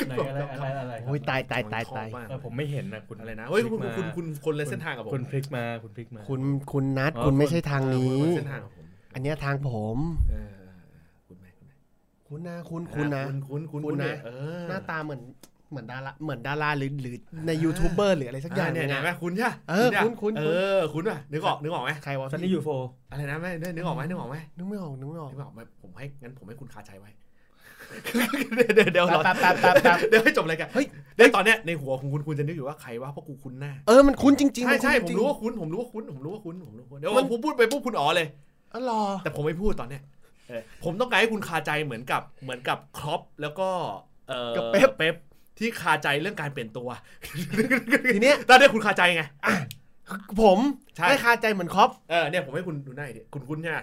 ครับ โอ้ยตายตายตาย ชอบ ตาย มาก เออผมไม่เห็นนะคุณ อะไรนะเฮ้ยคุณ พลิก คุณ มา คุณคุณคนละเส้นทางกับผม คุณพลิกมาคุณพลิกมา คุณคุณนัด อ๋อ คุณไม่ คุณ ใช่ทาง คนนี้ละเส้นทางกับผม อันเนี้ยทางผม เออคุณไหมคุณไหม คุณนะคุณคุณนะ คุณคุณ คุณนะ เยเออ หน้าตาเหมือนเหมือนดาราเหมือนดาราหรือหรือในยูทูบเบอร์หรืออะไรสักอย่าง เนี่ย ห เนี่ยงอะ แม่คุณใช่ปะ เออ ใช่ปะ คุ้นๆ เอ คุ้น อคุณอ่ะนึกออกนึกออกไหม ใครวะ ซันนี่ยูโฟ อะไรนะแม่นึกออกไหมนึกออกไหม นึกไม่ออกนึกไม่ออก ไม่บอกไม่ผมให้งั้นผมให้คุณคาใจไว้ เดี๋ยวเดี๋ยวเดี๋ยวรอ แป๊บแป๊บแป๊บแป๊บ เดี๋ยวให้จบรายการ เฮ้ย เดี๋ยวตอนเนี้ยในหัวของคุณคุณจะนึกอยู่ว่าใครว่าพวกกูคุ้นหน้า เออมันคุ้นจริงๆ ใช่ใช่ผม นคุ้นจง รู้ว่าคุ้นผมรู้ว่าคุ้นผมรู้ว่าคุ้นผมรู้ว่าคุ้นเดี๋ยว มัน ผมพูดไปปุ๊บคุณอ๋อเลย อ๋อเหรอ แต่ผมไม่พูดตอนเนี้ยเออผมต้องการให้คุณคาใจเหมือนกับเหมือนกับครอปแล้วก็เออ กับเป๊ป เป๊ปที่คาใจเรื่องการเปลี่ยนตัว ทีเนี้ย ตอนเนี้ยคุณคาใจไง ผม ใช่ ได้คาใจเหมือนครอป เออเนี่ยผมให้คุณดูหน้าอีกทีคุณคุ้นใช่ไหม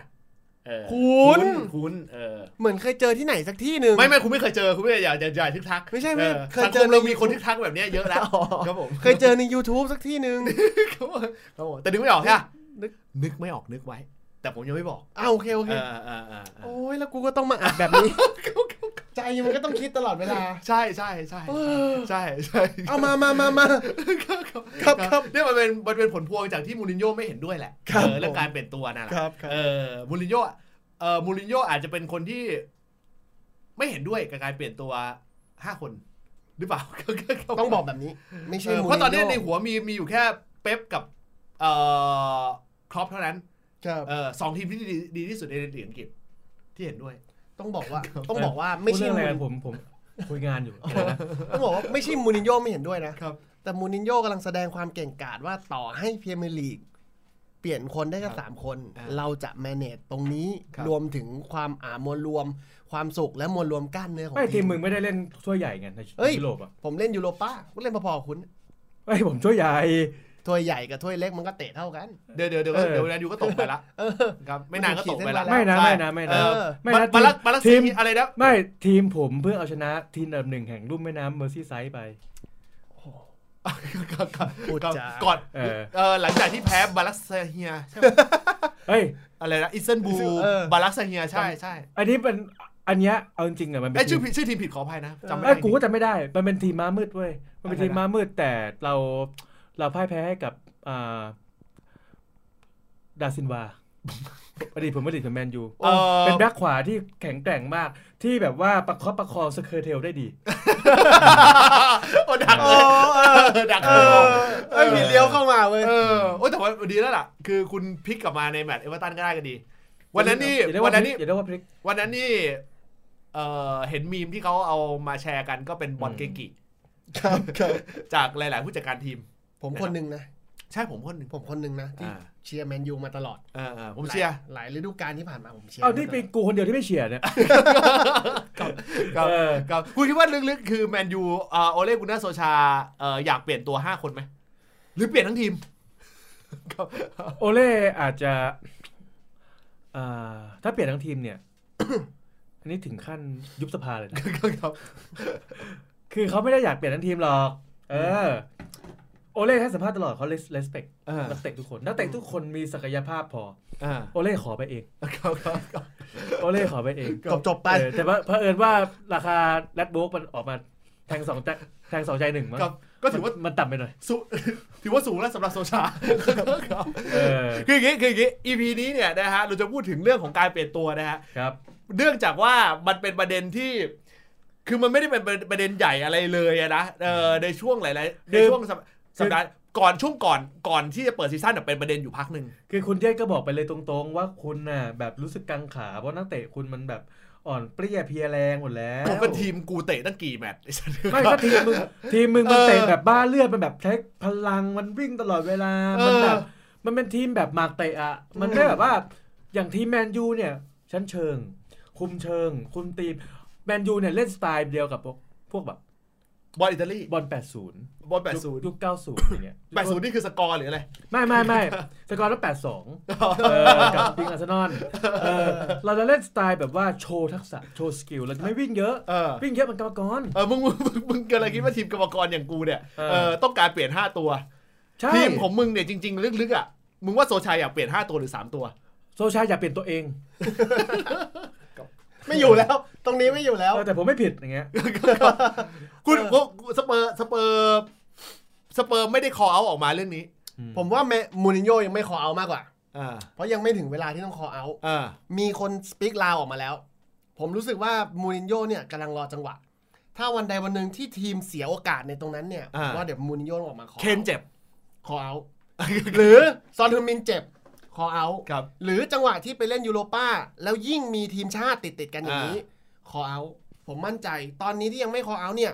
เออ คุณ คุ้นเออ เหมือนเคยเจอที่ไหนสักที่หนึ่ง ไม่ไม่คุณไม่เคยเจอคุณไม่อย่าอย่าอย่าทึกทัก ไม่ใช่ไม่เคย สัง เจ ค อ มเรา ใน มี YouTube คนทึกทักแบบเนี้ยเยอะแล้ว อ๋อ ครับผม เคยเจอใน YouTube สักที่หนึ่ง ครับผมครับผมแต่นึกไม่ออกใช่ปะ นึก นึกไม่ออกนึกไว้ แต่ผมยังไม่บอก อ้าวโอเคโอเค เออเออเออเออ โอ้ยแล้วกูก็ต้องมาอัดแบบนี้ ใจมันก็ต้องคิดตลอดเวลา ใช่ใช่ใช่ เออ ใช่ใช่ เอามามามามา ครับครับ เนี่ยมันเป็นมันเป็นผลพวงจากที่มูรินโญ่ไม่เห็นด้วยแหละ ครับ เออเรื่องการเปลี่ยนตัวนั่นแหละ ครับครับ เออมูรินโญ่อะเออมูรินโญ่อาจจะเป็นคนที่ ไม่เห็นด้วยกับการเปลี่ยนตัวห้าคนหรือเปล่า ต้องบอกแบบนี้ ไม่ใช่ เออ มู เพราะตอนนี้ใน โญ่ หัวมีมีอยู่แค่เป๊ปกับเอ่อครอปเท่านั้น ครับ เออสองทีมที่ดีดีที่สุดในลีกอังกฤษที่เห็นด้วย ต้องบอกว่า ต้องบอกว่าไม่ใช่ พูดเรื่องอะไรกัน นผมูริมผมคุยงานอยู่ ต้องบอกว่าไม่ใช่มูรินโญ่ไม่เห็นด้วยนะครับ แต่มูรินโญ่กำลังแสดงความเก่งกาจว่าต่อให้พรีเมียร์ลีก เปลี่ยนคนได้คแค่รับ สามคน อ่า เราจะแมเนจตรงนี้ ครับ รวมถึงความอ่ามวลรวม ความสุขและมวลรวมกล้านเนื้อของ ไม่ทีมมึงไม่ได้เล่นช่วยใหญ่ไงใน เอ้ย ยุโรปอ่ะ ผมเล่นยูโรป้าก็เล่นพอๆกับคุณ เฮ้ยผมช่วยใหญ่ ถ้วยใหญ่กับถ้วยเล็กมันก็เตะเท่ากัน เดี๋ยวเดี๋ยวเดี๋ยว เออ เดี๋ยวแมนยูก็ตกไปละ เออ ครับไม่นานก็ตกไปละ แล้ว ไม่นะ ใช่ ไม่นะไม่ เอ นะ อ ไม่ บา นะ บาลักบาลัก ที ซี ม อะไรนะ ไม่ทีมผมเพิ่งเอาชนะทีมอันดับหนึ่งแห่งลุ่มแม่น้ำเมอร์ซี่ไซด์ไป ครับครับ พูดจา ก่อน เออ เออหลังจากที่แพ้บาลักเซเฮียใช่ไหม เฮ้ย อะไรนะอิสตันบูล เออ บาลักเซเฮียใช่ใช่ อันนี้เป็นอันเนี้ยเอาจริงๆอ่ะมันเป็น ไอยชื่อ ทีม ผิดชื่อทีมผิดขออภัยนะจำไม่ เอ้ย ได้ กูก็จำไม่ได้ มันเป็นทีมม้ามืดเว้ยมันเป็น อะไรนะ ทีมม้ามืดแต่เราเราพ่ายแพ้ให้กับอ่าดาซินวา อดีตผมอดีตของแมนยู เออ เป็นแบ็คขวาที่แข็งแกร่งมาก ที่แบบว่าประคบประคองสเคอร์เทลได้ดี โอ้ดักเลยเออดักเลย เอ้ยมีเลี้ยวเข้ามาเว้ย เออโอ้ยแต่ว่าดีแล้วล่ะ คือคุณพลิกกลับมาในแมตช์เอเวอร์ตันก็ได้ก็ดี วันนั้นนี่ อย่าเรียก วั ว่านพ นั้น ลิ นี่ กอย่าเรียกว่าพลิก วันนั้นนี่เออเห็นมีมที่เขาเอามาแชร์กันก็เป็นบอลเกกิ ครับครับ จากหลาย ๆ ผู้จัดการทีม ผมคนหนึ่งนะ ใช่ผมคนหนึ่ง ผมคนหนึ่งนะ ที่ อ่า เชียร์แมนยูมาตลอด เออเออผมเชียร์ หลายฤดูกาลที่ผ่านมาผมเชียร์ เอานี่เป็นกูคนเดียวที่ไม่เฉียด เนี่ย ครับ เออ ครับคุณคิดว่าลึก ๆ คือแมนยูเอ่อโอเล่กุนนาโซชาเอ่ออยากเปลี่ยนตัว 5 คนไหม หรือเปลี่ยนทั้งทีมครับ โอเล่อาจจะอ่าถ้าเปลี่ยนทั้งทีมเนี่ย อันนี้ถึงขั้นยุบสภาเลยนะ ครับ คือเขาไม่ได้อยากเปลี่ยนทั้งทีมหรอก เออ โอเล่ให้สัมภาษณ์ตลอดเขาเลสเลสเปก เออ นักเตะทุกคน นักเตะทุกคนมีศักยภาพพอ เออ โอเล่ขอไป เอง ครับครับครับ โอเล่ขอไปเอง จบจบไป เออแต่ว่าเผอิญว่าราคาแรดโบ๊กมันออกมาแทงสองใจแทงสองใจหนึ่งมั้ง ครับก็ถือว่า นนต่ำไปหน่อย สู ถือว่าสูงแล้วสำหรับโซชาครับ เออ คืออย่างนี้คืออย่างนี้ EP นี้เนี่ยนะฮะเราจะพูดถึงเรื่องของการเปลี่ยนตัวนะฮะ ครับ เนื่องจากว่ามันเป็นประเด็นที่ คือมันไม่ได้เป็นประเด็นใหญ่อะไรเลยอะนะเออในช่วงหลายๆในช่วงสัปสัปดาห์ก่อนช่วงก่อนก่อนที่จะเปิดซีซั่นน่ะเป็นประเด็นอยู่พักหนึ่ง คือคุณเยศก็บอกไปเลยตรงๆ ว่าคุณน่ะแบบรู้สึกกังขาเพราะนักเตะคุณมันแบบอ่อนเปรี้ยเพลียแรงหมดแล้ว ก็ทีมกูเตะตั้งกี่แมตช์ไอ้สัส ไม่ก็ทีมมึงทีมมึงมัน เออ เตะแบบบ้าเลือดมันแบบใช้พลังมันวิ่งตลอดเวลา เออ มันแบบมันเป็นทีมแบบหมากเตะอ่ะมันไม่แบบว่าอย่างทีมแมนยูเนี่ยชั้นเชิง คุมเชิง คุมทีมแมนยูเนี่ยเล่นสไตล์เดียวกับพวกพวกแบบ บอลอิตาลี บอล 80 บอลแปดศูนย์ ยุค90อย่างเงี้ย แปดศูนย์นี่คือสกอร์หรืออะไร ไม่ไม่ไม่สกอร์แล้ว82 เออกับปิงอาร์เซนอลเออเราจะเล่นสไตล์แบบว่าโชว์ทักษะโชว์สกิลเราจะไม่วิ่งเยอะ เออ วิ่งเยอะมันกรรมกร เออมึงมึงมึงกำลังคิดว่าทีมกรรมกรอย่างกูเนี่ย เออ เออต้องการเปลี่ยนห้าตัว ใช่ ทีมของมึงเนี่ยจริง ๆ ลึกๆอ่ะมึงว่าโซชายอยากเปลี่ยน 5 ตัวหรือ 3 ตัว โซชาอย่าเปลี่ยนตัวเอง ไม่อยู่แล้ว ตรงนี้ไม่อยู่แล้ว เออแต่ผมไม่ผิดอย่างเงี้ย คุณ เออ พวกสเปอร์สเปอร์สเปอร์ไม่ได้คอเอาออกมาเรื่องนี้ ผมว่าเมมูรินโญ่ยังไม่คอเอามากกว่า อ่า เพราะยังไม่ถึงเวลาที่ต้องคอเอา อ่า มีคนสปีกลาวออกมาแล้ว ผมรู้สึกว่ามูรินโญ่เนี่ยกำลังรอจังหวะ ถ้าวันใดวันหนึ่งที่ทีมเสียโอกาสในตรงนั้นเนี่ยผมว่าเดี๋ยวมูรินโญ่ต้องออกมาคอ เคนเจ็บ คอเอา หรือซอนฮึนมินเจ็บคอเอา ครับ หรือจังหวะที่ไปเล่นยูโรป้า แล้วยิ่งมีทีมชาติติดติดๆกันอย่างนี้ คอเอา ผมมั่นใจ ตอนนี้ที่ยังไม่คอเอาเนี่ย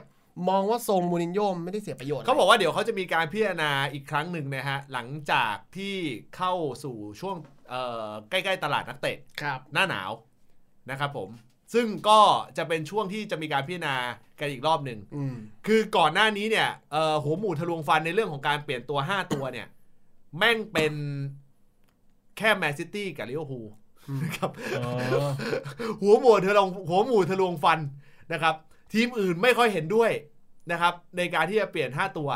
มองว่าทรงมูรินโญ่ไม่ได้เสียประโยชน์ เขาบอกว่าเดี๋ยวเขาจะมีการพิจารณาอีกครั้งหนึ่งนะฮะ หลังจากที่เข้าสู่ช่วงเอ่อใกล้ๆตลาดนักเตะ ครับ หน้าหนาวนะครับผม ซึ่งก็จะเป็นช่วงที่จะมีการพิจารณากันอีกรอบหนึ่ง อืม คือก่อนหน้านี้เนี่ยเอ่อหัวหมูทะลวงฟันในเรื่องของการเปลี่ยนตัว 5 ตัวเนี่ย แม่งเป็นแค่แมนซิตี้กับลิเวอร์พูล อืม นะครับ หัวหมูทะลวงหัวหมูทะลวงฟันนะครับ ทีมอื่นไม่ค่อยเห็นด้วยนะครับ ในการที่จะเปลี่ยน 5 ตัว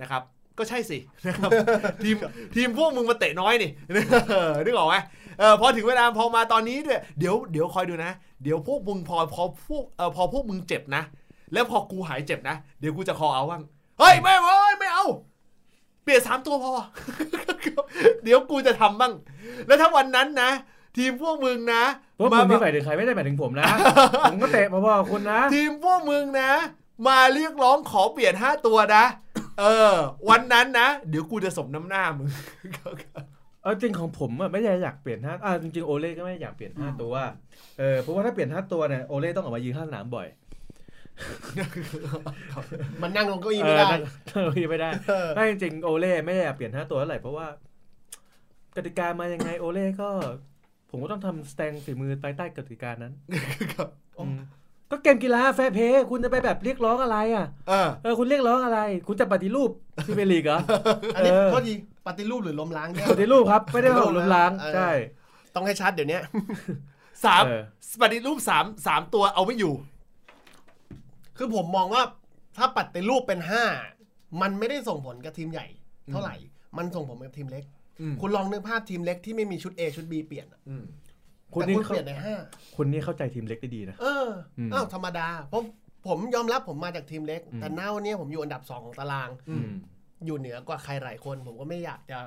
นะครับ ก็ใช่สินะครับ ทีมทีมพวกมึงมาเตะน้อยนี่ เออนึกออกไหมเออพอถึงเวลาพอมาตอนนี้เนี่ยเดี๋ยวเดี๋ยวคอยดูนะ เดี๋ยวพวกมึงพอพอพวกเออพอพวกมึงเจ็บนะ แล้วพอกูหายเจ็บนะ เดี๋ยวกูจะคอเอาบ้างเฮ้ยไม่เว้ยไม่เอา เปลี่ยนสามตัวพอ เดี๋ยวกูจะทำบ้าง แล้วถ้าวันนั้นนะ ทีมพวกมึงนะ เพราะผมไม่หมายถึงใครไม่ได้หมายถึงผม นะ ผมก็เตะมาพอกับคุณนะ ทีมพวกมึงนะ มาเรียกร้องขอเปลี่ยนห้าตัวนะ เออ วันนั้นนะ เดี๋ยวกูจะสมน้ำหน้ามึง เอาจริงของผมอะไม่ได้อยากเปลี่ยนห้าอ่าจริงๆโอเล่ก็ไม่ได้อยากเปลี่ยนห้าตัวเออเพราะว่าถ้าเปลี่ยนห้าตัวเนี่ยโอเล่ต้องออกมายืนข้างสนามบ่อย มันนั่งลงเก้าอี้ เอ ไม่ อ ได้ เออยืน ไม่ได้ เออ ไม่จริงๆโอเล่ไม่ได้อยากเปลี่ยนห้าตัวเท่าไหร่เพราะว่ากติกามายังไงโอเล่ก็ ผมก็ต้องทำสแตงฝีมือภายใต้กติกานั้น ครับ อืมก็เกมกีฬาแฟร์เพลย์คุณจะไปแบบเรียกร้องอะไรอ่ะ เออ เออคุณเรียกร้องอะไร คุณจะปฏิรูปที่เมลีกเหรอ อันนี้ เออ โทษทีปฏิรูปหรือล้มล้างเนี่ย ปฏิรูปครับ ไม่ได้ว่าล้มล้าง เออ ใช่ ต้องให้ชัดเดี๋ยวนี้ สาม เออ ปฏิรูปสามสามตัวเอาไม่อยู่ คือผมมองว่าถ้าปฏิรูปเป็นห้ามันไม่ได้ส่งผลกับทีมใหญ่ เท่าไหร่ มันส่งผลกับทีมเล็ก อืม คุณลองนึกภาพทีมเล็กที่ไม่มีชุด A ชุด B เปลี่ยนอะ อืม คุณ แต่ นี่ คุณ เข้า เปลี่ยนในห้า คุณนี่เข้าใจทีมเล็กได้ดีนะ เอออ ม อ้าวธรรมดาเพราะผมยอมรับผมมาจากทีมเล็ก อืม แต่หน้าวันนี้ผมอยู่อันดับ 2 ของตาราง อื อืม อยู่เหนือกว่าใครหลายคน ผมก็ไม่อยากจะ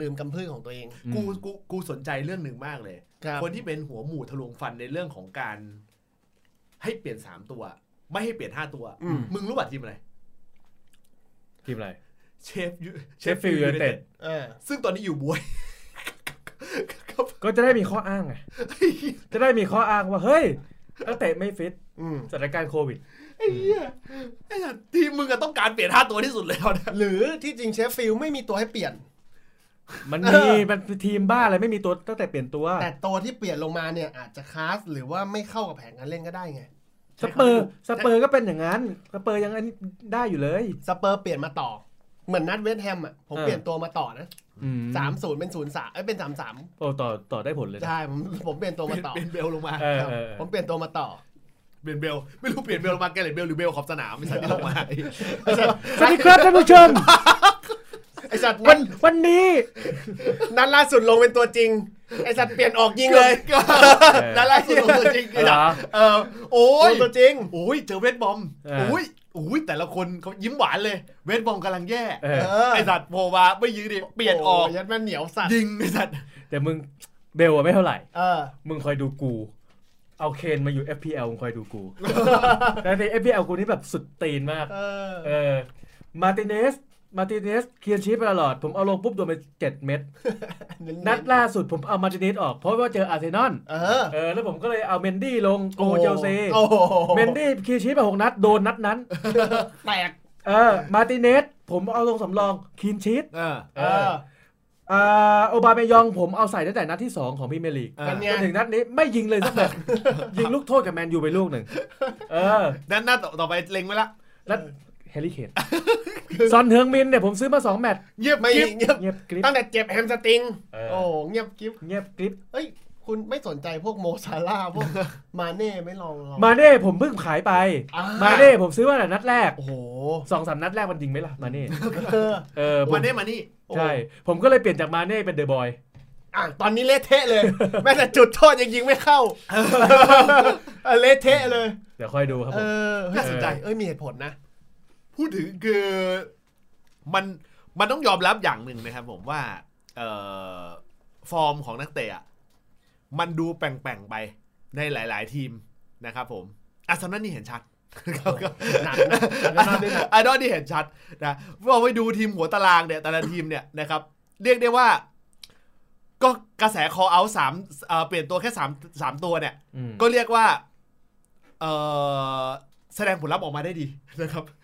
ลืมกำพื้งของตัวเอง อืม กูกูกูสนใจเรื่องหนึ่งมากเลย ครับ คนที่เป็นหัวหมู่ทะลวงฟันในเรื่องของการ ให้เปลี่ยนสามตัว ไม่ให้เปลี่ยนห้าตัว อืม มึงรู้ป่ะทีมอะไร ทีมอะไร เชฟยู เชฟฟิลด์ยูไนเต็ด เออ ซึ่งตอนนี้อยู่บวย ครับ ก็จะได้มีข้ออ้างไง จะได้มีข้ออ้างว่า เฮ้ยนักเตะไม่ฟิต อืม สถานการณ์โควิด ไอ้เหี้ยไอ้สัตว์ทีมมึงก็ต้องการเปลี่ยน ห้าตัวที่สุดแล้วนะ หรือที่จริงเชฟฟิลด์ไม่มีตัวให้เปลี่ยน มัน เอ มี อ มันทีมบ้าอะไรไม่มีตัวตั้งแต่เปลี่ยนตัว แต่ตัวที่เปลี่ยนลงมาเนี่ยอาจจะคลาสหรือว่าไม่เข้ากับแผนการเล่นก็ได้ไง สเปอร์สเปอร์ก็เป็นอย่างนั้นสเปอร์ยังอันนี้ได้อยู่เลย สเปอร์เปลี่ยนมาต่อ เหมือนนัดเวสต์แฮมอ่ะผม เออ เปลี่ยนตัวมาต่อนะ อื สามศูนย์เป็นศูนย์สามเอ้ยเป็นสามสาม โอ้ต่อต่อได้ผลเลยนะ ใช่ผมผมเปลี่ยนตัวมาต่อ เป็นเบลลงมา เออ ครับ เออเออ ผมเปลี่ยนตัวมาต่อ เปลี่ยนเบลไม่รู้เปลี่ยนเบลลงมาแกเลยเบลหรือเบลขอบสนามไม่ใช่ที่ลงมา สวัสดีครับท่านผู้ชม ไอสัตว์ วั วัน น วันนี้ นัดล่าสุดลงเป็นตัวจริง ไอสัตว์เปลี่ยนออกยิงเลยนัดล่าสุดลงตัวจริงไอ้ เหร สัตว์ อ เออโอ้ ล ย งตัวจริง โอ้ยเจอเวทบอม เออ โอ้ยโอ้ยแต่ละคนเขายิ้มหวานเลย เวทบอมกำลังแย่ เออ เออ ไอสัตว์โผล่มาไม่ยื้อดิเปลี่ยนออก โยัดแม่เหนียวสัตว์ ยิงไอสัตว์ แต่มึงเบลอะไม่เท่าไหร่ เออ มึงคอยดูกู เอาเคนมาอยู่ FPL มึงคอยดู กู แต่ใน FPL กูนี่แบบสุดตีนมาก เออ เออ มาร์ติเนส มาร์ติเนส เคลียร์ชีพไปตลอด ผมเอาลงปุ๊บโดนไปเจ็ดเม็ด นัดล่าสุดผมเอามาร์ติเนสออก เพราะว่าเจออาร์เซนอล เออ เออ แล้วผมก็เลยเอาเมนดี้ลงโกเจลซี โอ้โห เมนดี้เคลียร์ชีพไปหกนัด โดนนัดนั้น แตก เออ มาร์ติเนส ผมเอาลงสำรองคีนชีต เออ เออ อ่าโอบาเมยองผมเอาใส่ตั้งแต่นัดที่สองของพรี่เมยร์ลีก เอ เป็ อน ไง จนถึงนัดนี้ไม่ยิงเลยสักแบบ ยิงลูกโทษกับแมนยูไปลูกหนึ่ง เออ นั่นหน้าต่อต่อไปเล็งไว้ละ แล้วแฮร์รี่เคน ซอนเทิงมินเนี่ยผมซื้อมาสองแมตช์ เงียบ ไม่ เงียบ เงียบ เงียบกริบ ตั้งแต่เจ็บแฮมสตริง เออ โอ้เงียบกิฟ เงียบกริบ เอ้ย คุณไม่สนใจพวกโมซาล่าห์พ วก มาเน่ไม่ลองลอง มาเน่ผมเพิ่งขายไป อ่าม มาเน่ผมซื้อมาแต่นัดแรก โอ้โห สองสามนัดแรกมันยิงไหม ล่ะมาเน่ เออ เออผม มาเน่มานี่ ใช่ ผมก็เลยเปลี่ยนจากมาเน่เป็นเดอะบอย อ่ะตอนนี้เละเทะเลย แม้แต่จุดโทษยังยิงไม่เข้าเออเละเทะเลย เดี๋ยวค่อยดูครับ เอ ผม อเฮ้ยน่าสนใจเอ้ยมีเหตุผลนะ พูดถึงคือมันมันต้องยอมรับอย่างหนึ่งนะครับผมว่าเอ่อฟอร์มของนักเตะอะมันดูแปลงๆไปในหลายๆทีมนะครับผมอาร์เซนอลนี่เห็นชัด หนักนะอาร์เซนอลนี่หนัก อาร์เซนอลนี่เห็นชัดนะพอไปดูทีมหัวตารางเนี่ยแต่ละทีมเนี่ยนะครับ เรียกได้ว่า ก็กระแสคอเอาสามเอ่อเปลี่ยนตัวแค่สามสามตัวเนี่ย อืม ก็เรียกว่าเออแสดงผลลัพธ์ออกมาได้ดีนะครับ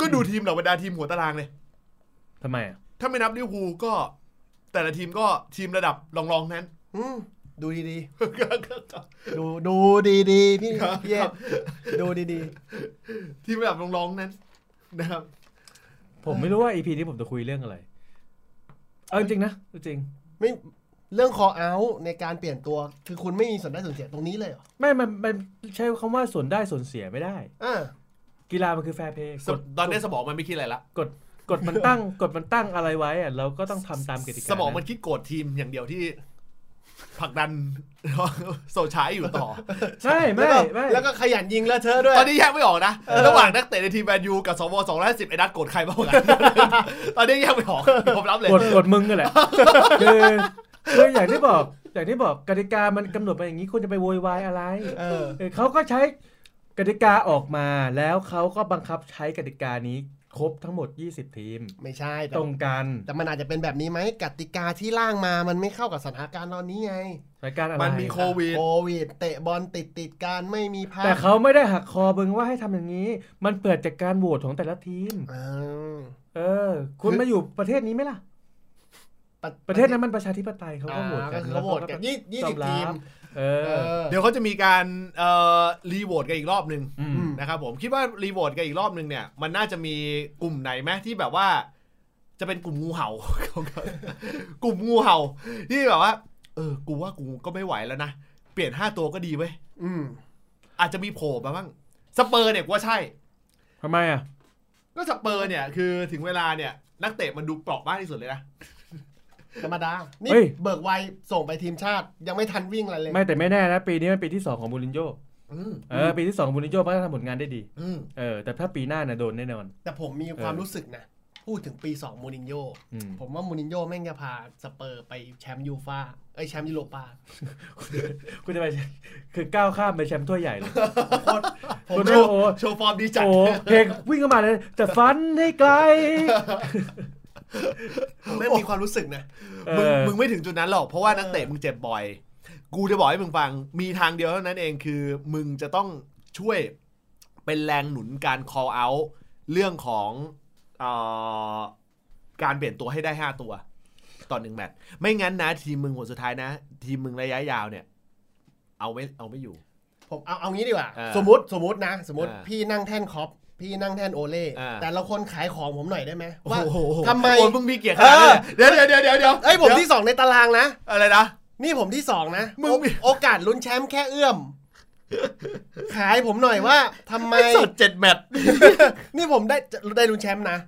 ก็ดูทีมเหล่าบรรดาทีมหัวตารางเลย ทำไมอ่ะ ถ้าไม่นับลิเวอร์พูลก็ แต่ละทีมก็ทีมระดับรองๆนั้น อืมดูดี ครับ ๆ ดูดูดีๆ พี่พี่เยศดูดี ทีมระดับรองๆนั้นนะครับ ผมไม่รู้ว่า EP นี้ผมจะคุยเรื่องอะไร เอาจริงๆนะจริง ๆ ไม่เรื่องคอเอาในการเปลี่ยนตัว คือคุณไม่มีส่วนได้ส่วนเสียตรงนี้เลยเหรอ ไม่มันมันใช้คำว่าส่วนได้ส่วนเสียไม่ได้ อ่า กีฬามันคือแฟร์เพย์ สมตอนนี้สมองมันไม่คิดอะไรละ กฎกฎมันตั้งกฎมันตั้งอะไรไว้อะเราก็ต้องทำตามกติกา สมองมันคิดโกรธทีมอย่างเดียว ที่ผลักดัน โซชายอยู่ ต่อ ใช่ แล้ ไม่ วก็ ไม่ แล้วก็ขยันยิงแล้วเธอะด้วย ตอนนี้แยกไม่ออกนะระหว่างนักเตะในทีมแมนยูกับสวสองร้อยสิบไอ้นัดโกรธใครบ้างกัน ตอนนี้แยกไม่ออก ยอมรับเลย กดกดมึงกันแหละ คือคืออย่างที่บอก อย่างที่บอกกติกามันกำหนดมาอย่างนี้คุณจะไปโวยวายอะไร เออ เออเขาก็ใช้กติกาออกมาแล้วเขาก็บังคับใช้กติกานี้ครบทั้งหมด 20 ทีม ไม่ใช่แต่ ตรงกัน แต่มันอาจจะเป็นแบบนี้ไหมกติกาที่ร่างมามันไม่เข้ากับสถานการณ์ตอนนี้ไง รายการอะไร มันมีโควิด โควิดเตะบอลติดติดๆกันไม่มีพัก แต่เขาไม่ได้หักคอมึงว่าให้ทำอย่างนี้ มันเปิดจากการโหวตของแต่ละทีม อ่า เออ คุณ คือ มาอยู่ประเทศนี้ไหมล่ะ ประเทศนั้นมันประชาธิปไตยเขา อ่า ก็โหวตกันก็คือเขาโหวตกันยี่ยี่ ยอ สิบ รับ ทีม เอ เอ อ อ เดี๋ยวเขาจะมีการเอ่อรีโหวตกันอีกรอบหนึ่ง อืม อืม นะครับผมคิดว่ารีโหวตกันอีกรอบหนึ่งเนี่ย มันน่าจะมีกลุ่มไหนไหมที่แบบว่า จะเป็นกลุ่มงูเห่า กลุ่มงูเห่า ที่แบบว่า เออ กูว่ากูก็ไม่ไหวแล้วนะ เปลี่ยนห้าตัวก็ดีเว้ย อืม อาจจะมีโผล่มาบ้างสเปอร์เนี่ยกูว่าใช่ ทำไมอ่ะ ก็สเปอร์เนี่ย คือถึงเวลาเนี่ย นักเตะมันดูเปราะมากที่สุดเลยนะ ธรรมดา นี่ เฮ้ย เบิกไวส่งไปทีมชาติยังไม่ทันวิ่งอะไรเลย ไม่แต่ไม่แน่นะ ปีนี้มันปีที่สองของมูรินโญ อืม เออปีที่สองมูรินโญ่พัฒนาทำผลงานได้ดี อืม เออ แต่ถ้าปีหน้าน่ะโดนแน่นอน แต่ผมมีความ เออ รู้สึกนะ พูดถึงปี 2 มูรินโญ่ อืม ผมว่ามูรินโญ่แม่งจะพาสเปอร์ไปแชมป์ยูฟาเอ้ยแชมป์ยูโร ปา คุณจะไป คือก้าวข้ามไปแชมป์ถ้วยใหญ่เลย โคตรผม คุณ ไม่ โอ้โห โชว์ฟอร์มดีจัด โอ้โหเพลงวิ่งเข้ามาเลยจะฟันให้ไกล ผมไม่มีความรู้สึกนะ เอ มึง อ มึงไม่ถึงจุดนั้นหรอก เพราะว่านักเตะมึงเจ็บบ่อย กูจะบอกให้มึงฟัง มีทางเดียวเท่านั้นเองคือ มึงจะต้องช่วยเป็นแรงหนุนการ call out เรื่องของเออการเปลี่ยนตัวให้ได้ 5 ตัว ต่อหนึ่งแมตช์ไม่งั้นนะ ทีมมึงผลสุดท้ายนะ ทีมมึงระยะยาวเนี่ย เอาไม่เอาไม่อยู่ ผมเอาเอางี้ดีกว่า เออ สมมติสมมตินะ สมมติ เออ พี่นั่งแท่นคอปพี่นั่งแท่นโอเล่ เออ แต่ละคนขายของผมหน่อยได้ไหมว่า โอ้โห ทำไม โอ้ยมึงมีเกียรติขนาดนั้นเลยเหรอเดี๋ยวเดี๋ยวเดี๋ยวเดี๋ยว เอ้ยผมที่สองในตารางนะ อะไรนะ นี่ผมที่สองนะ มึง โอ มี โอกาสลุ้นแชมป์แค่เอื้อ ม ขายผมหน่อยว่าทำไม ไม่สดเจ็ดแมตช์ นี่ผมได้ได้ลุ้นแชมป์นะ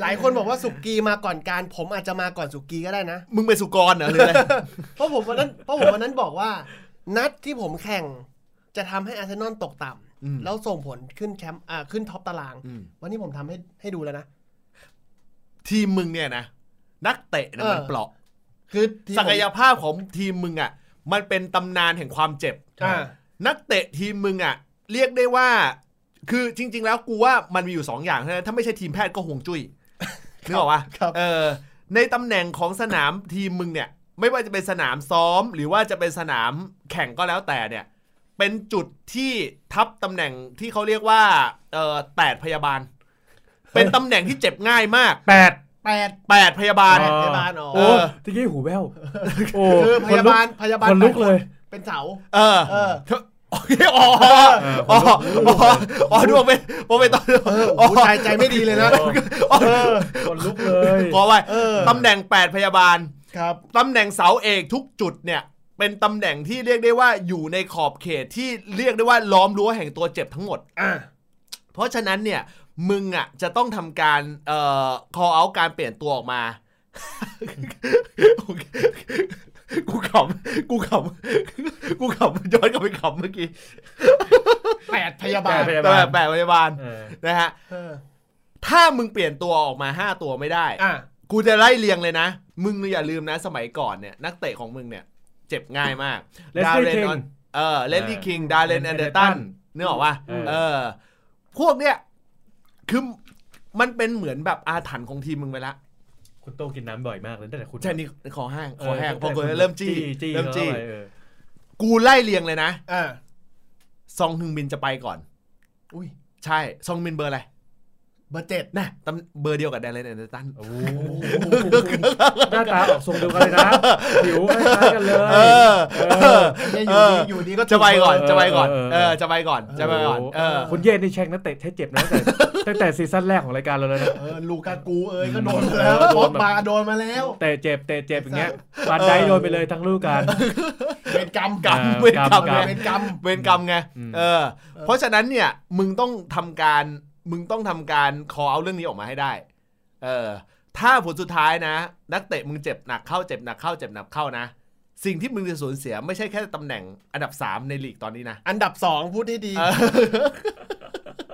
หลายคนบอกว่าสุกีมาก่อนการผมอาจจะมาก่อนสุกีก็ได้นะ มึงเป็นสุกรเหรอหรืออะไร เพราะผมวันนั้นเพราะผมวันนั้นบอกว่า นัดที่ผมแข่งจะทำให้อาร์เซนอลตกต่ำ อืม แล้วส่งผลขึ้นแชมป์อ่าขึ้นท็อปตาราง อืม วันนี้ผมทำให้ให้ดูแล้วนะ ทีมมึงเนี่ยนะนักเตะนะ เออ มันเปราะ คือที่ผม ศักยภาพของทีมมึงอ่ะ มันเป็นตำนานแห่งความเจ็บ อ่า นักเตะทีมมึงอ่ะ เรียกได้ว่า คือจริง ๆ แล้วกูว่ามันมีอยู่สองอย่างเท่านั้นถ้าไม่ใช่ทีมแพทย์ก็ห่วง จุ้ยนึกออกปะ ครับ เออ ในตำแหน่งของสนามทีมมึงเนี่ย ไม่ว่าจะเป็นสนามซ้อม หรือว่าจะเป็นสนามแข่งก็แล้วแต่เนี่ย เป็นจุดที่ทับตำแหน่งที่เขาเรียกว่า เออแปดพยาบาล เป็นตำแหน่งที่เจ็บง่ายมาก แปด แปด แปดพยาบาล แปดพยาบาลอ๋อ โอ้ทีกี้หูแว่วโอ้ คือพยาบาลพยาบาล คนลุกเลย เป็นเสา เออ เออ โอเคอ๋ออ๋ออ๋ออ๋อดูผมเป็นผมเป็นตอน เออโอ้โหใจใจไม่ดีเลยนะ อ๋อ คนลุกเลย ขอไว้ เออ ตำแหน่ง 8 พยาบาล ครับ ตำแหน่งเสาเอกทุกจุดเนี่ย เป็นตำแหน่งที่เรียกได้ว่าอยู่ในขอบเขตที่เรียกได้ว่าล้อมรั้วแห่งตัวเจ็บทั้งหมด อ่า เพราะฉะนั้นเนี่ย มึงอ่ะจะต้องทำการเอ่อ call out การเปลี่ยนตัวออกมา กูขำกูขำกูขำย้อนกลับไปขำเมื่อกี้ แปดพยาบาล แปดพยาบาล แต่แบบแปดพยาบาล เออ นะฮะ เออ ถ้ามึงเปลี่ยนตัวออกมาห้าตัวไม่ได้ อ่ะ กูจะไล่เรียงเลยนะ มึงอย่าลืมนะสมัยก่อนเนี่ย นักเตะของมึงเนี่ย เจ็บง่ายมาก เลสดาวลี่เรน เคน อน เออเลนดี้คิง ดาเลนแอนเดอร์ตันนึกออกปะ เออ เออ พวกเนี่ย คือมันเป็นเหมือนแบบอาถรรพ์ของทีมมึงไปละ คุณโตกินน้ำบ่อยมากเลยตั้งแต่คุณ ใช่นี่ขอห้าง เ ขอแห้งพอ ตั้ กู แต่คุณ เริ่มจี้ จี้ เริ่มจี้ ข้าไปเออ กูไล่เรียงเลยนะ อ่ะ ซองฮึงบินจะไปก่อน อุ้ย ใช่ ซองฮึงบินเบอร์อะไร เบอร์เจ็ด นะตำเบอร์เดียวกับแดนเลนแอนเดอร์ตัน โอ้โหหน้าตาออกทรงเดียวกันเลยนะผิวคล้ายๆกันเลย เออ เออ เนี่ย เอออ อยู่ดีอยู่ดีก็ จะไปก่อน เออ จะไปก่อน เออเออ เออ จะไปก่อน จะไปก่อน เออ คุณเย่นี่แช่งนักเตะให้เจ็บนะตั้งแต่ตั้งแต่ซีซั่นแรกของรายการเราแล้วนะ เออลูกากูเอ้ยก็โดนมาแล้ว เออโด โด น น แบบ บาโดนมาแล้ว เตะเจ็บเตะเจ็บอย่างเงี้ยปานไดโดนไปเลยทั้งลูกการ เวรกรรม กรรม เออ เวรกรรม กรรม ไง เวรกรรม เวรกรรมไง อืม เออ เพราะฉะนั้นเนี่ย มึงต้องทำการ มึงต้องทำการคอเอาเรื่องนี้ออกมาให้ได้ เออ ถ้าผลสุดท้ายนะ นักเตะมึงเจ็บหนักเข้า เจ็บหนักเข้า เจ็บหนักเข้านะ สิ่งที่มึงจะสูญเสียไม่ใช่แค่ตำแหน่งอันดับสามในลีกตอนนี้นะ อันดับสองพูดให้ดี เออ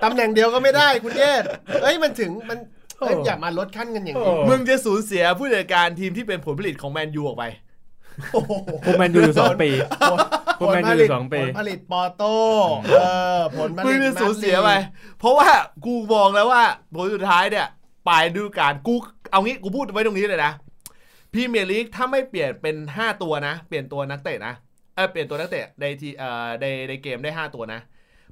ตำแหน่งเดียวก็ไม่ได้คุณเยศเอ้ยมันถึงมันเอ้ยอย่ามาลดขั้นกันอย่างนี้ โอ้ มึงจะสูญเสียผู้จัดการทีมที่เป็นผลผลิตของแมนยูออกไป โอ้โห คุณแมนยูอยู่สองปี ผ คุณ ล แมน ผ ยูอ ลิต ยู่สอง ผ ปี ลผลิตปอโต้เออผลผ มึ ลิ ง ต จะสูญเสียไป เพราะว่ากูมองแล้วว่าผลสุดท้ายเนี่ยปลายฤดูกาลกูเอางี้กูพูดไว้ตรงนี้เลยนะพรีเมียร์ลีกถ้าไม่เปลี่ยนเป็น 5 ตัวนะ เปลี่ยนตัวนักเตะนะเออเปลี่ยนตัวนักเตะในทีเอ่อในในเกมได้ 5 ตัวนะ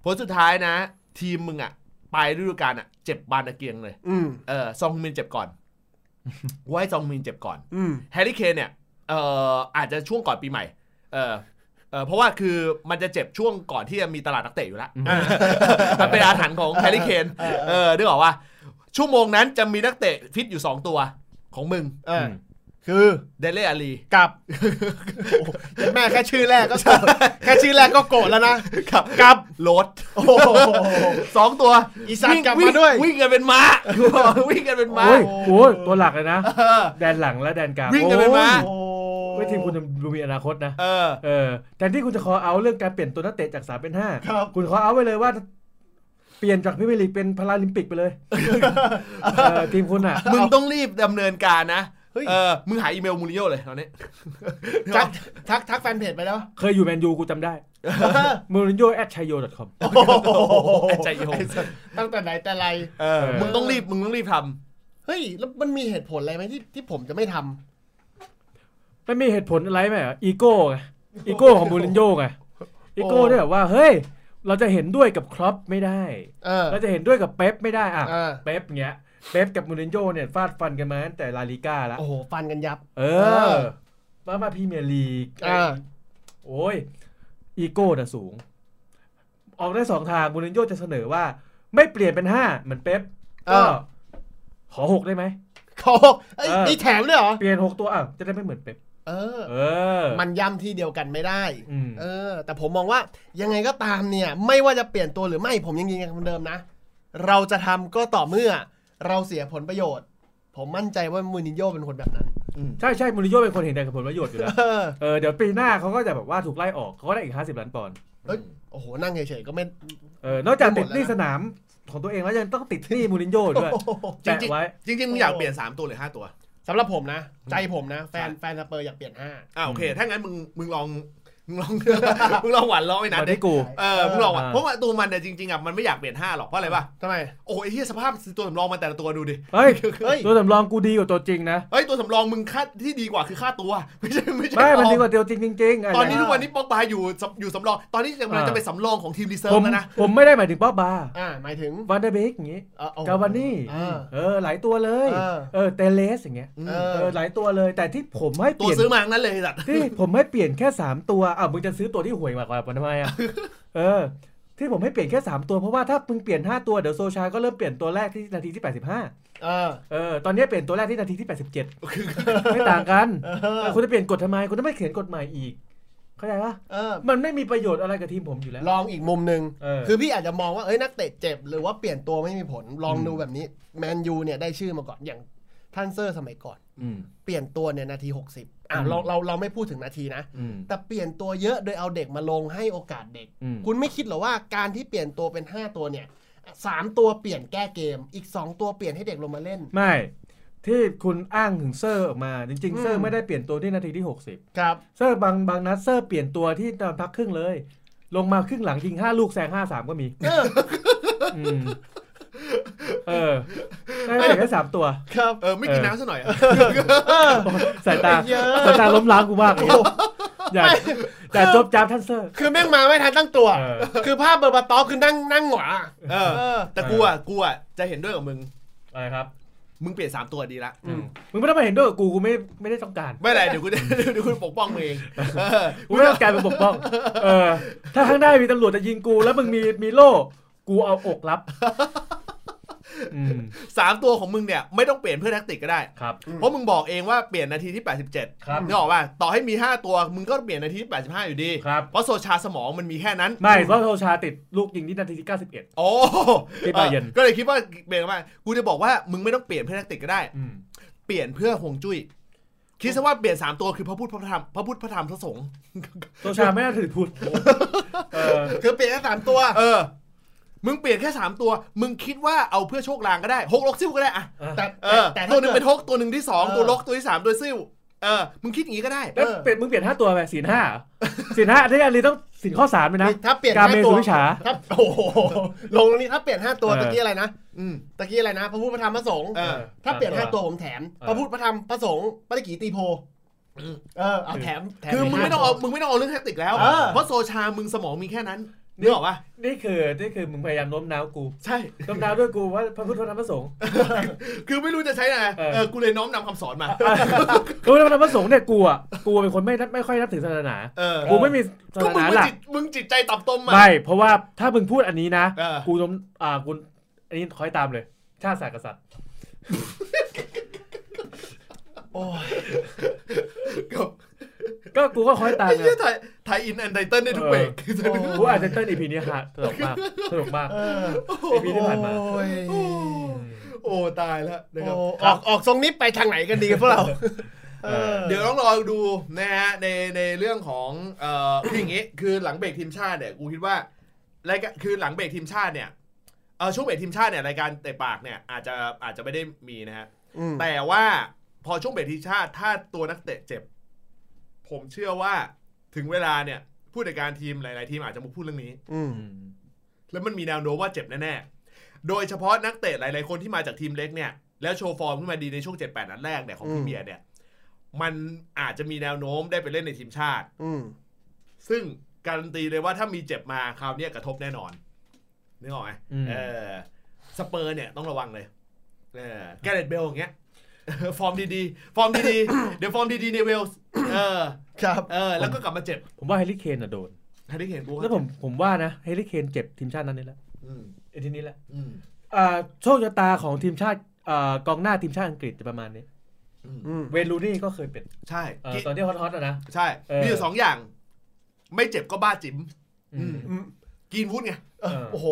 ผลสุดท้ายนะ ทีมมึงอะปลายฤดูกาลอะเจ็บบานตะเกียงเลย อืม เออซองฮึงมินเจ็บก่อนกูให้ซองฮึงมินเจ็บก่อน อืม แฮร์รี่เคนเนี่ยเอ่ออาจจะช่วงก่อนปีใหม่ เออเออเพราะว่าคือมันจะเจ็บช่วงก่อนที่จะมีตลาดนักเตะอยู่แล้ว มันเป็นอาถรรพ์ของแฮร์รี่เคนเออนึกออกว่า ชั่วโมงนั้นจะมีนักเตะฟิตอยู่ 2 ตัวของมึง เออคือ เดนเล่อาลี กับโอ้โหแม่แค่ชื่อแรกก็โกรธแค่ชื่อแรกก็โกรธแล้วนะ กับ กับ โรด โอ้โห สองตัว อีสัตว์ วิ่ง กลับ วิ่ มาง ด้วย วิ่งกันเป็นม้า วิ่งกันเป็นม้า โอ้ยโอ้ยตัวหลักเลยนะ เออ แดนหลังและแดนกลาง วิ่งกันเป็นม้า โอ้ย โอ้ เว้ยทีมคุณดูมีอนาคตนะ เออ เออแทนที่คุณจะขอเอาเรื่องการเปลี่ยนตัวนักเตะจากสามเป็นห้า ครับ คุณขอเอาไว้เลยว่า เปลี่ยนจากพรีเมียร์ลีกเป็นพาราลิมปิกไปเลยเออทีมคุณอ่ะ มึงต้องรีบดำเนินการนะ เฮ้ย เออมึงหาอีเมลมูรินโญ่เลยตอนนี้ ทักทักทักแฟนเพจไปแล้ว เคยอยู่แมนยูกูจำได้มูรินโญ่แอดชัยโย .com ไอ้ใจ โยง ตั้งแต่ไหนแต่ไร เออมึงต้องรีบมึงต้องรีบทำ เฮ้ย แล้วมันมีเหตุผลอะไรไหมที่ที่ผมจะไม่ทำ ไม่มีเหตุผลอะไรไหมอ่ะอีโก้ไงอีโก้ของมูรินโญ่ไงอีโก้เนี่ยแบบว่า เฮ้ย เราจะเห็นด้วยกับครอปไม่ได้ เออ เราจะเห็นด้วยกับเป๊ปไม่ได้อ่ะ เออ เป๊ปเงี้ยเป๊ปกับมูรินโญ่เนี่ยฟาดฟันกันมาตั้งแต่ลาลิก้าแล้ว โอ้โห ฟันกันยับ เอ เอ อ อ มามาพรีเมียร์ลีก เออ โอ้ย อีโก้น่ะสูง ออกได้สองทางมูรินโญ่จะเสนอว่า ไม่เปลี่ยนเป็นห้าเหมือนเป๊ป เอ ก็ อ ขอหกได้ไหม เขาเอ้ย เออ นี่แถมด้วยเหรอ เปลี่ยนหกตัวอ่ะจะได้ไม่เหมือนเป๊ป เออ เออ มันย่ำที่เดียวกันไม่ได้ อืม เออ แต่ผมมองว่ายังไงก็ตามเนี่ย ไม่ว่าจะเปลี่ยนตัวหรือไม่ผมยังยืนยันคำเดิมนะ เราจะทำก็ต่อเมื่อ เราเสียผลประโยชน์ ผมมั่นใจว่ามูนินโยเป็นคนแบบนั้น ใช่ใช่มูรินโญ่เป็นคนเห็นแต่ผลประโยชน์อยู่แล้ว เออ เออเดี๋ยวปีหน้าเขาก็จะแบบว่าถูกไล่ออกเขาก็ได้อีกห้าสิบล้านปอนด์ เอ้ย โอ้โห นั่งเฉยๆก็ไม่ เออนอกจากติดหนี้ หมดแล้วสนะนามของตัวเองแล้วยังต้องติดหนี้มูรินโญ่ด้วย จริงๆ แปะไว้ จริงๆ มึงอยากเปลี่ยน 3 ตัวหรือ 5 ตัว สำหรับผมนะ ใจผมนะ แฟนแฟนสเปอร์อยากเปลี่ยนห้า อ่าโอเค ถ้างั้นมึงมึงลองมึงลอง มึงลองหวานล้อไอ้นัท มา ดิ ที่กู เออมึงลองหวาน อ่า เพราะว่าตัวมันเนี่ยจริงๆอ่ะมันไม่อยากเปลี่ยน 5 หรอกเพราะอะไรป่ะ ทำไม โอ้ยไอ้เหี้ยสภาพตัวสำรองมันแต่ละตัวดูดิ เฮ้ย เฮ้ย ตัวสำรองกูดีกว่าตัวจริงนะ เฮ้ยตัวสำรองมึงค่าที่ดีกว่าคือค่าตัว ไม่ใช่ไม่ใช่ ไม่มัน รอง ดีกว่าตัวจริงจริงๆะ ตอนนี้ทุกวันนี้ป๊อกบาอยู่สำอยู่สำรอง ตอนนี้กำลัง อ่า จะไปสำรองของทีมรีเซิร์ ผฟมแล้วนะ ผมไม่ได้หมายถึงป๊อบบาร์ อ่า หมายถึง วันเดอร์เบกอย่างงี้ เอ่อโอ้ กาวานี่ เออ เออหลายตัวเลย เออ เออเตเลสอย่างเงี้ย เอ เอ อ อหลายตัวเลย แต่ที่ผมให้เป ตัว ลี่ยน ซื้อมาทั้งนั้นเลยไอ้สัตว์ ที่ ผมให้เปลี่ยนแค่ 3 ตัวอ้าวมึงจะซื้อตัวที่ห่วยมากกว่าทำไม อ่ะ เออ ที่ผมให้เปลี่ยนแค่ 3 ตัวเพราะว่าถ้ามึงเปลี่ยน 5 ตัวเดี๋ยวโซชาก็เริ่มเปลี่ยนตัวแรกที่นาทีที่ 85 เออ เออตอนนี้เปลี่ยนตัวแรกที่นาทีที่ 87 ไม่ต่างกัน เอ เอ อ อคุณจะเปลี่ยนกฎทำไมคุณต้องไม่เขียนกฎใหม่อีก เข้าใจปะ เออ มันไม่มีประโยชน์อะไรกับทีมผมอยู่แล้ว ลองอีกมุมหนึ่ง เออ คือพี่อาจจะมองว่าเอ้ยนักเตะเจ็บ หรือว่าเปลี่ยนตัวไม่มีผลลองดูแบบนี้แมนยูเนี่ยได้ชื่อมาก่อนอย่าง ท่านเซอร์สมัยก่อน อืม เปลี่ยนตัวเนี่ยนาที 60อ่ะ อืม เราเราเราไม่พูดถึงนาทีนะ อืม แต่เปลี่ยนตัวเยอะโดยเอาเด็กมาลงให้โอกาสเด็ก อืม คุณไม่คิดเหรอว่าการที่เปลี่ยนตัวเป็น 5 ตัวเนี่ยสามตัวเปลี่ยนแก้เกม อีก 2 ตัวเปลี่ยนให้เด็กลงมาเล่น ไม่ที่คุณอ้างถึงเซอร์ออกมา จริงๆอืม เซอร์ไม่ได้เปลี่ยนตัวที่นาทีที่ 60 ครับ เซอร์บางบางนัดเซอร์เปลี่ยนตัวที่ตอนพักครึ่งเลย ลงมาครึ่งหลังยิง 5 ลูกแซง5 3 ก็มี เออ อืมเออได้เด็กแค่สามตัว ครับ เออไม่กินน้ำซะหน่อยอะ สายตา เยอะ สายตาล้มล้างกูมากเลยอย่าอย่าจบจ้าบท่านเซอร์ คือแม่งมาไม่ทันตั้งตัว เออ คือภาพเบอร์บาตอฟคือนั่งนั่งหงา เออ เออ แต่กูอ่ะกูอ่ะจะเห็นด้วยกับมึง อะไรครับ มึงเปลี่ยนสามตัวดีละ อืม มึงไม่ต้องมาเห็นด้วยกับกูกูไม่ไม่ได้ต้องการ ไม่เป็นไรเดี๋ยวกูจะ เดี๋ยวกูปกป้องมึงเองเออ กูไม่ต้องการเป็นปกป้องเออ ถ้าข้างหน้ามีตำรวจจะยิงกู แล้วมึงมีมีโล่กูเอาอกรับอืม สามตัวของมึงเนี่ยไม่ต้องเปลี่ยนเพื่อแท็กติกก็ได้ ครับ เพราะมึงบอกเองว่าเปลี่ยนนาทีที่ 87 ครับ นึกออกป่ะต่อให้มี 5 ตัว มึงก็เปลี่ยนนาทีที่ 85 อยู่ดี ครับ เพราะโซชาสมองมันมีแค่นั้น ไม่เพราะโทชาติดลูกยิงที่นาทีที่ 91 โอ้ ที่บาเยิร์น ออก็เลยคิดว่าเปลี่ยนมากูจะบอกว่ามึงไม่ต้องเปลี่ยนเพื่อแท็กติกก็ได้ อืม เปลี่ยนเพื่อหวงจุ้ย คิดซะว่าเปลี่ยน 3 ตัวคือพระพุทธพระธรรมพระพุทธพระธรรมพระสงฆ์ โทชาไม่น่าถือพุทธเออ คือเปลี่ยนแค่สามตัว เออ มึงเปลี่ยนแค่ 3 ตัว มึงคิดว่าเอาเพื่อโชคลางก็ได้หกลกซิ่วก็ได้อะ แต่ เออ แต่ถ้า ตัวหนึ่งเป็น กิด หกตัวหนึ่งที่สอง เออ ตัวลกตัวที่สามตัวซิ่วเออ มึงคิดอย่างนี้ก็ได้ แล้วเปลี่ยนมึงเปลี่ยนห้าตัวไปสี่ห้าสี่ห้าที่อันนี้ต้องสินข้อสามเลยนะ ถ้าเปลี่ยน กาเม ห้าตัว สุวิชา ถ้าโอ้โหลงตรงนี้ถ้าเปลี่ยนห้าตัว เออ ตะกี้อะไรนะ อืม ตะกี้อะไรนะพระพุทธพระธรรมพระสงฆ์ เออ ถ้าเปลี่ยนห้าตัวผมแถมพระพุทธพระธรรมพระสงฆ์ปฏิกีตีโพเออเอาแถมแถ คือมึงไม่ต้อง ห้ เอามึงไม่ต้องเอาเรื่องแท็กติกแล้ว เออ เพราะโซชามึงสมองมีแค่นั้นนึกออกปะ นี่คือนี่คือมึงพยายามโน้มน้าวกู ใช่ โน้มน้าวด้วยกูว่าพระพุทธพระธรรมพระสงฆ์ คือไม่รู้จะใช้ไง เออ เออกูเลยน้อมนำคำสอนมา รู้ไหมว่าพระสงฆ์เนี่ยกูอ่ะกูเป็นคนไม่นับไม่ค่อยนับถือศาสนา เออ กูไม่มีศา ก็ ส มึง นา มึง หลัก จิตมึงจิตใจต่ำตมมา ไม่เพราะว่าถ้ามึงพูดอันนี้นะ เออ กูจะอ่ากูอันนี้คอยตามเลย ชาติศาสตร์กษัตริย์ โอ้ย ก็ ก็กูก็คอยตาม ไอ้ ไง เหี้ยไทยไทยอินแอนไทเติลได้ทุกเบรก กูอาจจะเต้นอีพีนี้ฮะสนุกมากสนุกมาก เออ ไอ้พี่ที่ผ่านมา โอ้ย โอ้ตายแล้วนะค โอ้ รับ ออกออกทรงนี้ไปทางไหนกันดีพวกเราเออ เดี๋ยวต้องรอดูนะฮะในในเรื่องของเอ่อ คืออย่างงี้คือหลังเบรกทีมชาติเนี่ยกูคิดว่ารายการคือหลังเบรกทีมชาติเนี่ยเออช่วงเบรกทีมชาติเนี่ยรายการเตะปากเนี่ยอาจจะอาจจะไม่ได้มีนะฮะ อืม แต่ว่าพอช่วงเบรกทีมชาติถ้าตัวนักเตะเจ็บ ผมเชื่อว่าถึงเวลาเนี่ยผู้จัดการทีมหลายๆทีมอาจจะมาพูดเรื่องนี้ อืม แล้วมันมีแนวโน้มว่าเจ็บแน่ๆ โดยเฉพาะนักเตะหลายๆคนที่มาจากทีมเล็กเนี่ย แล้วโชว์ฟอร์มขึ้นมาดีในช่วง 7-8 นัดแรกเนี่ยของพ อื รี่ ม เมียร์เนี่ย มันอาจจะมีแนวโน้มได้ไปเล่นในทีมชาติ อืม ซึ่งการันตีเลยว่าถ้ามีเจ็บมาคราวเนี้ยกระทบแน่นอน นึกออกไหม อืม เออ สเปอร์เนี่ยต้องระวังเลย เออ แกเรตเบลอย่างเงี้ย ฟอร์มดีๆ ฟอร์มดีๆ เดี๋ยวฟอร์มดีๆในเวลส์เออ ครับ เออ แล้วก็กลับมาเจ็บ ผมว่าเฮลิเคนอ่ะโดน ใครได้เห็นกู แล้วผมผมว่านะเฮลิเคนเจ็บทีมชาตินั้นนี่แหละ อืม ไอ้ทีนี้แหละ อืม อ่าโชคชะตาของทีมชาติอ่ากองหน้าทีมชาติอังกฤษจะประมาณนี้ อืม อืม เวย์นรูนี่ก็เคยเป็น ใช่ เอ่อ กิ ตอนที่ฮอตๆอะนะ ใช่ เออ มีอยู่สองอย่าง ไม่เจ็บก็บ้าจิ๋ม อืม อืม กินวุ้นไง เออโอ้โห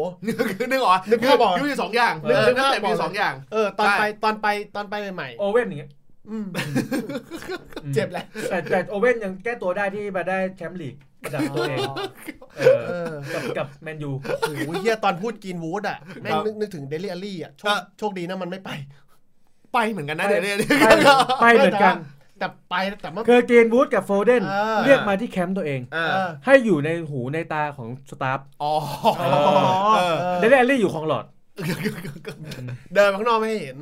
คือนึกออก นึกภาพออก คือมีอยู่สองอย่าง นึก เออ นึก นัก ภาพ เตะมีอยู่ ออก สองอย่าง เออ ตอน ใช่ ไปตอนไปตอนไปใหม่ โอเว่นอย่างเงี้ย ๆอืม อืม เจ็บแหละ แต่แต่โอเว่นยังแก้ตัวได้ที่มาได้แชมป์ลีกระดับตัวเองเออ เออ กับกับแมนยู โอ้โหเฮียตอนพูดกินวูดอ่ะแม่ง ครับ นึกนึกถึงเดลี่อลี่อ่ะโช เอ ค อ โชคดีนะมันไม่ไป ไปเหมือนกันนะเดี๋ยวเดี๋ยวเดี๋ยว ไปไปเหมือนกัน แต่ไปแต่เมื่อ เคอร์เกนวูดกับโฟเดน เออ เรียกมาที่แคมป์ตัวเอง เอ เอ อ อ ให้อยู่ในหูในตาของสตาฟ อ๋อ เ อ๋อ เออ เออ เดลลี่อยู่ของหลอ ด เดินไปข้างนอกไม่ให้เห็น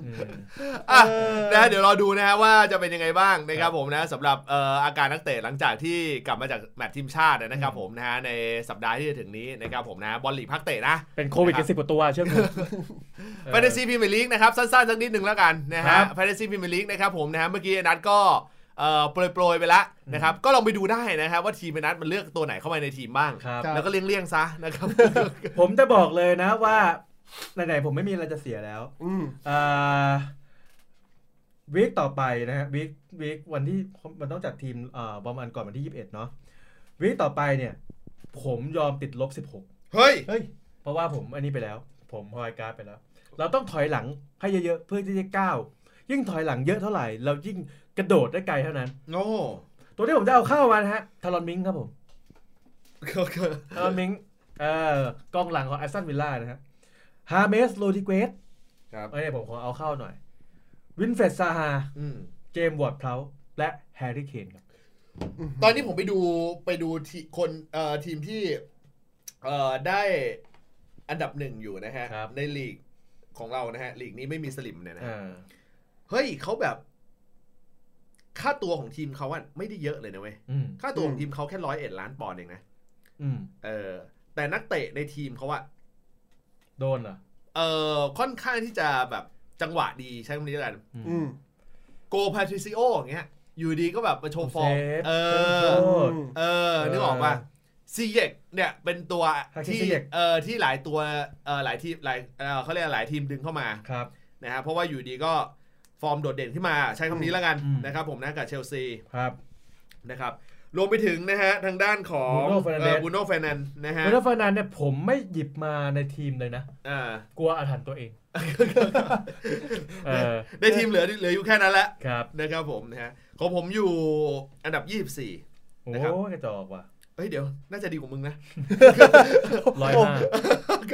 อ่ะ เออ นะเดี๋ยวรอดูนะฮะว่าจะเป็นยังไงบ้างนะครับผมนะสำหรับเอ่ออาการนักเตะหลังจากที่กลับมาจากแมตช์ทีมชาตินะครับผมนะฮะในสัปดาห์ที่จะถึงนี้นะครับผมนะบอลลีกพักเตะนะ เป็นโควิดกันสิบกว่าตัวเชื่อ ผม แฟนตาซีพรีเมียร์ลีกนะครับ สั้นๆ สักนิดหนึ่งแล้วกันนะ ครั ฮะ บ แฟนตาซีพรีเมียร์ลีกนะครับผมนะฮะเมื่อกี้ไอ้นัทก็เอ่อโปรยโปรยๆไปแล้วนะครับ ก็ลองไปดูได้นะครับว่าทีมไอ้นัทมันเลือกตัวไหนเข้ามาในทีมบ้าง ครับ แล้วก็เลี่ยงๆซะนะครับ ผมจะบอกเลยนะว่าไหนๆผมไม่มีอะไรจะเสียแล้ว อืม อ่าวีคต่อไปนะฮะวีควีควันที่มันต้องจัดทีมเอ่อบอมอันก่อนวันที่ 21 เนาะวีคต่อไปเนี่ย ผมยอมติดลบ 16 เฮ้ย เฮ้ย เพราะว่าผมอันนี้ไปแล้ว ผมพอยการ์ดไปแล้ว เราต้องถอยหลังให้เยอะๆเพื่อที่จะก้าว ยิ่งถอยหลังเยอะเท่าไหร่ เรายิ่งกระโดดได้ไกลเท่านั้น โอ้ ตัวที่ผมจะเอาเข้ามานะฮะทารอนมิงครับผม ก็คือ ทารอนมิงเอ่อกองหลังของแอสตันวิลล่านะฮะฮาเมสโรดิเกส ครับ ไอ้เนี่ยผมขอเอาเข้าหน่อย วินเฟสซาฮา อืม เจมส์วอร์ดเพลาและแฮร์รี่เคนครับ ตอนนี้ผมไปดูไปดูทีคนเอ่อทีมที่เอ่อได้อันดับหนึ่งอยู่นะฮะ ครับ ในลีกของเรานะฮะลีกนี้ไม่มีสลิมเนี่ยนะฮะ อ่า เฮ้ยเขาแบบ ค่าตัวของทีมเขาอะไม่ได้เยอะเลยนะเว้ย อืม ค่าตัวขอ อื ง ม ทีมเขาแค่ร้อยเอ็ดล้านปอนด์เองนะ อืม เออ แต่นักเตะในทีมเขาอะ โดนเหรอ เออค่อนข้างที่จะแบบจังหวะดีใช้คำนี้แล้วกัน อืม อืม โกพาทริซิโออย่างเงี้ย อยู่ดีก็แบบมาโชว์ฟอร์ม เซฟ เอ โ อ ม เออ นึกออกป่ะ เออ ซีเยกเนี่ย เป็นตัว Hakim ที่ Ziyech เออที่หลายตัวเออหลายทีมหลายเออเขาเรียกหลายทีมดึงเข้ามา ครับ นะฮะเพราะว่าอยู่ดีก็ฟอร์มโดดเด่นขึ้นมาใช้คำนี้แล้วกัน อืม นะครับผมนะกับเชลซี ครับ นะครับ รวมไปถึงนะฮะ ทางด้านของบูโน่แฟนันนะฮะ เบรนเฟอร์นันเนี่ยผมไม่หยิบมาในทีมเลยนะ เออก ลัวอาถรรพ์ตัวเอง เออ ได้ทีมเหลือเหลืออยู่แค่นั้นแหละ ครับ นะครับผมนะฮะของผมอยู่อันดับ 24 โอ้ นะครับ กระจอกว่ะ เฮ้ยเดี๋ยว น่าจะดีกว่ามึงนะ ร้อยห้า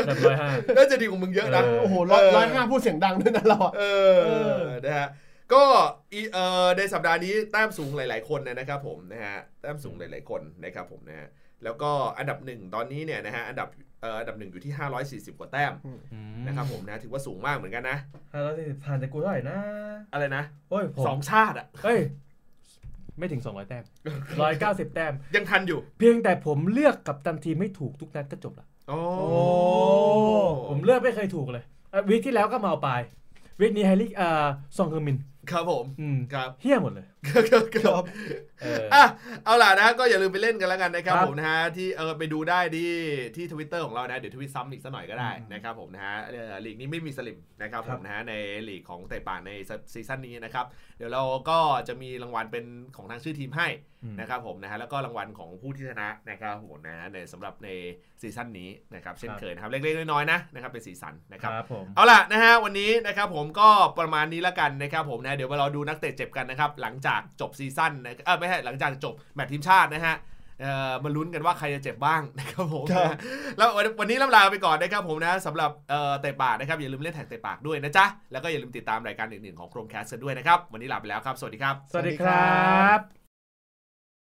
แบบร้อยห้า น่าจะดีกว่ามึงเยอะนะ เ โอ้โหร้อย เออ ร้อยห้าพูดเสียงดังด้วยนะเราอะ เอ เอ อ อ นะฮะ ก็อีเออในสัปดาห์นี้แต้มสูงหลาย ๆ คนนะครับผมนะฮะ แต้มสูงหลาย ๆ คนนะครับผมนะฮะ แล้วก็อันดับหนึ่งตอนนี้เนี่ยนะฮะ อันดับเอ่ออันดับหนึ่งอยู่ที่ 540 กว่าแต้มนะครับผมนะ ถือว่าสูงมากเหมือนกันนะ ห้าร้อยสี่สิบผ่านจากกูเท่าไหร่นะ อะไรนะ โอ้ยผม สองชาติอ่ะ เอ้ย ไม่ถึงสองร้อยแต้มร้อยเก้าสิบแต้ม ยังทันอยู่ เพียงแต่ผมเลือกกับตันทีมไม่ถูกทุกนัดก็จบละ โอ้ ผมเลือกไม่เคยถูกเลยเอ่อวีคที่แล้วก็มาเอาไปวีคนี้แฮร์รี่เอ่อซองเฮอร์มิน ครับผม อืม ครับ เฮี้ยหมดเลย ครับ เออ อ่ะเอาล่ะนะก็อย่าลืมไปเล่นกันแล้วกันนะครับ ครับ ผมนะฮะที่เออไปดูได้ที่ที่ทวิตเตอร์ของเรานะ เดี๋ยวทวิตซ้ำอีกสักหน่อยก็ได้ อืม นะครับผมนะฮะเอ่อลีกนี้ไม่มีสลิมนะครับ ค ผ รับ มนะฮะในลีกของเตะป่านในซีซั่นนี้นะครับ เดี๋ยวเราก็จะมีรางวัลเป็นของทางชื่อทีมให้ อืม นะครับผมนะฮะแล้วก็รางวัลของผู้ที่ชนะนะครับผมนะฮะในสำหรับในซีซั่นนี้นะครับเช่นเคยนะครับเล็กๆน้อยๆนะนะครับเป็นสีสันนะค ครับ รับผม เอาล่ะนะฮะวันนี้นะครับผมก็ประมาณนี้ละกันนะครับผมนะเดี๋ยวเราดูนักเตะเจ็บกันนะครับหลังจากจบซีซั่นนะเออไม่ใช่หลังจากจบแมตช์ทีมชาตินะฮะเอ่อมาลุ้นกันว่าใครจะเจ็บบ้างนะครับผม ครับ แล้ววันนี้ล่ำลาไปก่อนนะครับผมนะสำหรับเอ่อเตะปากนะครับอย่าลืมเล่นแท็กเตะปากด้วยนะจ๊ะแล้วก็อย่าลืมติดตามรายการอื่นๆของโครมแคสกันด้วยนะครับวันนี้ลาไปแล้วครับสวัสดีครับ สวัสดีครับ